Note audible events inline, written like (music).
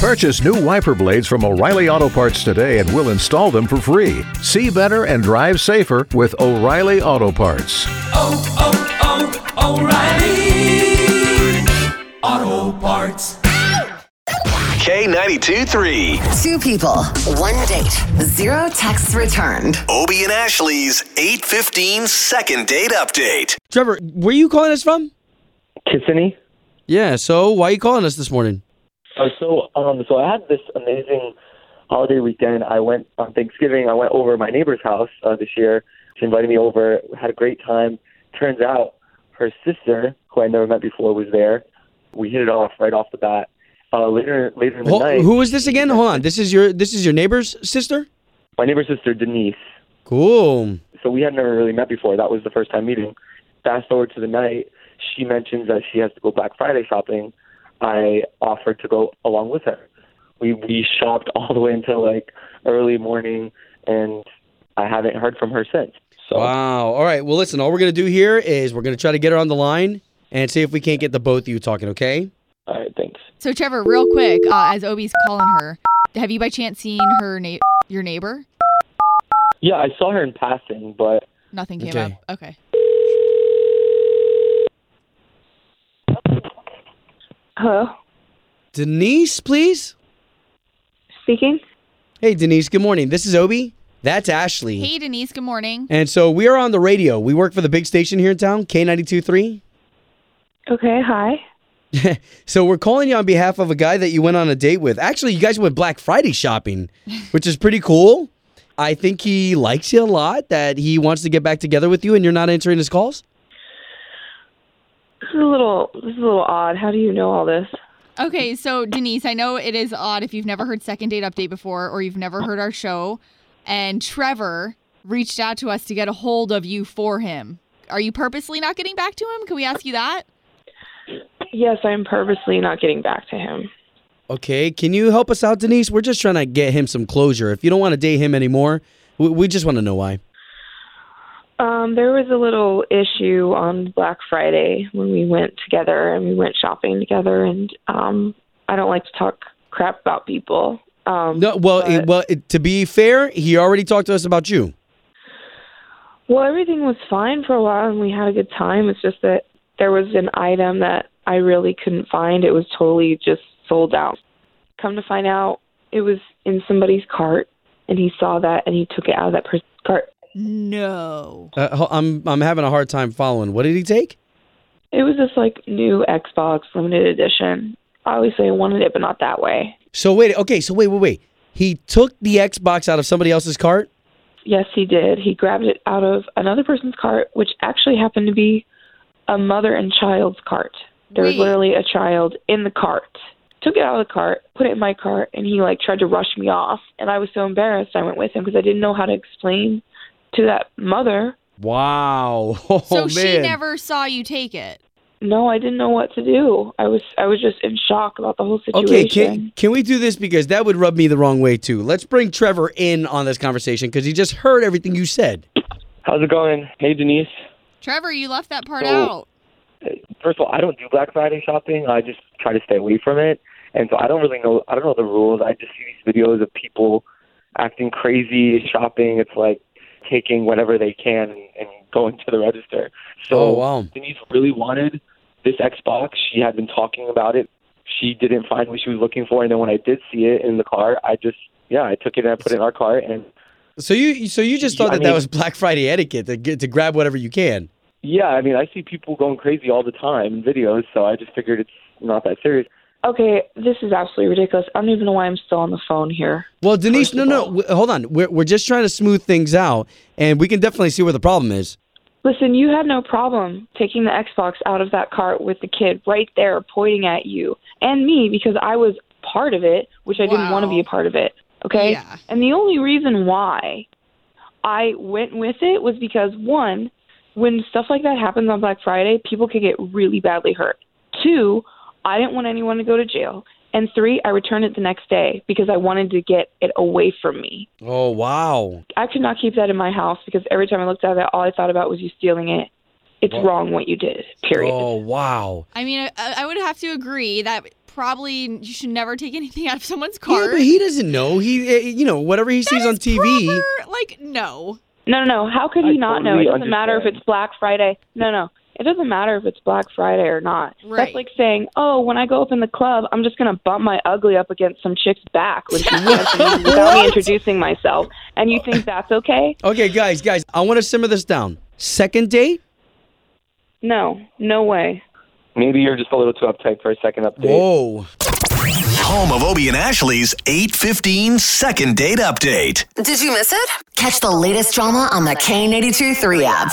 Purchase new wiper blades from O'Reilly Auto Parts today and we'll install them for free. See better and drive safer with O'Reilly Auto Parts. oh, oh, O'Reilly Auto Parts. K92 3. Two people, one date, zero texts returned. Obie and Ashley's 815 second date update. Trevor, where you calling us from? Tiffany. Yeah, so why are you calling us this morning? Uh, so, um, so I had this amazing holiday weekend. I went on Thanksgiving. I went over to my neighbor's house uh, this year. She invited me over. Had a great time. Turns out her sister, who I never met before, was there. We hit it off right off the bat. Uh, later, later in the Ho- night, who is this again? Hold on. This is your this is your neighbor's sister? my neighbor's sister Denise. Cool. So we had never really met before. That was the first time meeting. Fast forward to the night, she mentions that she has to go Black Friday shopping. I offered to go along with her. We we shopped (laughs) all the way until like early morning, and I haven't heard from her since. So Wow. All right. Well, listen, all we're going to do here is we're going to try to get her on the line and see if we can't get the both of you talking, okay? all right, thanks. So Trevor, real quick, uh, as Obi's calling her, have you by chance seen her na- your neighbor? Yeah, I saw her in passing, but Nothing came Okay. up. Okay. Hello, Denise, please. speaking. Hey, Denise, good morning. This is Obi. That's Ashley. Hey Denise, good morning. And so we are on the radio. We work for the big station here in town, K92.3. Okay, hi. So we're calling you on behalf of a guy that you went on a date with. Actually, you guys went Black Friday shopping, (laughs) which is pretty cool. I think he likes you a lot, that he wants to get back together with you, and you're not answering his calls. This is a little this is a little odd. How do you know all this? Okay, so Denise, I know it is odd if you've never heard Second Date Update before or you've never heard our show, and Trevor reached out to us to get a hold of you for him. Are you purposely not getting back to him? Can we ask you that? Yes, I'm purposely not getting back to him. Okay, can you help us out, Denise? We're just trying to get him some closure. If you don't want to date him anymore, we, we just want to know why. Um, there was a little issue on Black Friday when we went together and we went shopping together and um I don't like to talk crap about people. Um No, well, it, but- well, it, to be fair, he already talked to us about you. Well, everything was fine for a while and we had a good time. It's just that there was an item that I really couldn't find. It was totally just sold out. Come to find out, it was in somebody's cart and he saw that and he took it out of that person's cart. No. Uh, ho- I'm I'm having a hard time following. What did he take? It was this like new Xbox limited edition. Obviously, I wanted it, but not that way. So wait, okay, so wait, wait, wait. He took the Xbox out of somebody else's cart. Yes, he did. He grabbed it out of another person's cart, which actually happened to be a mother and child's cart. There was Wait. literally a child in the cart. Took it out of the cart, put it in my cart, and he like tried to rush me off. And I was so embarrassed. I went with him because I didn't know how to explain to that mother. Wow. (laughs) Oh, So man. she never saw you take it. No, I didn't know what to do. I was I was just in shock about the whole situation. Okay, can, can we do this because that would rub me the wrong way too. Let's bring Trevor in on this conversation because he just heard everything you said. How's it going? Hey, Denise. Trevor, you left that part So- out. First of all, I don't do Black Friday shopping. I just try to stay away from it, and so I don't really know. I don't know the rules. I just see these videos of people acting crazy shopping. It's like taking whatever they can and, and going to the register. So Oh, wow. Denise really wanted this Xbox. She had been talking about it. She didn't find what she was looking for, and then when I did see it in the car, I just yeah, I took it and I put it in our cart and So you so you just thought I that that mean- was Black Friday etiquette to get to grab whatever you can. Yeah, I mean, I see people going crazy all the time in videos, so I just figured it's not that serious. Okay, this is absolutely ridiculous. I don't even know why I'm still on the phone here. Well, Denise, First no, of no, all- w- hold on. We're we're just trying to smooth things out, and we can definitely see where the problem is. Listen, you had no problem taking the Xbox out of that cart with the kid right there pointing at you and me because I was part of it, which I didn't Wow. want to be a part of it. Okay? Yeah. And the only reason why I went with it was because one, when stuff like that happens on Black Friday, people could get really badly hurt. Two, I didn't want anyone to go to jail. And three, I returned it the next day because I wanted to get it away from me. Oh wow. I could not keep that in my house because every time I looked at it, all I thought about was you stealing it. It's wrong what you did. Period. Oh wow. I mean, I, I would have to agree that probably you should never take anything (laughs) out of someone's Yeah, car. but he doesn't know. He, eh, you know, whatever he sees on TV. Proper, like, no. No, no, no. How could he I not know? It totally doesn't matter if understand. it's Black Friday. No, no. It doesn't matter if it's Black Friday or not. Right. That's like saying, "Oh, when I go up in the club, I'm just gonna bump my ugly up against some chick's (laughs) back when she's dancing without me introducing myself." And you think that's okay? Okay, guys, guys, I want to simmer this down. Second date? No, no way. Maybe you're just a little too uptight for a second update. Whoa. Home of Obie and Ashley's 815 second date update. Did you miss it? Catch the latest drama on the K82 3 app.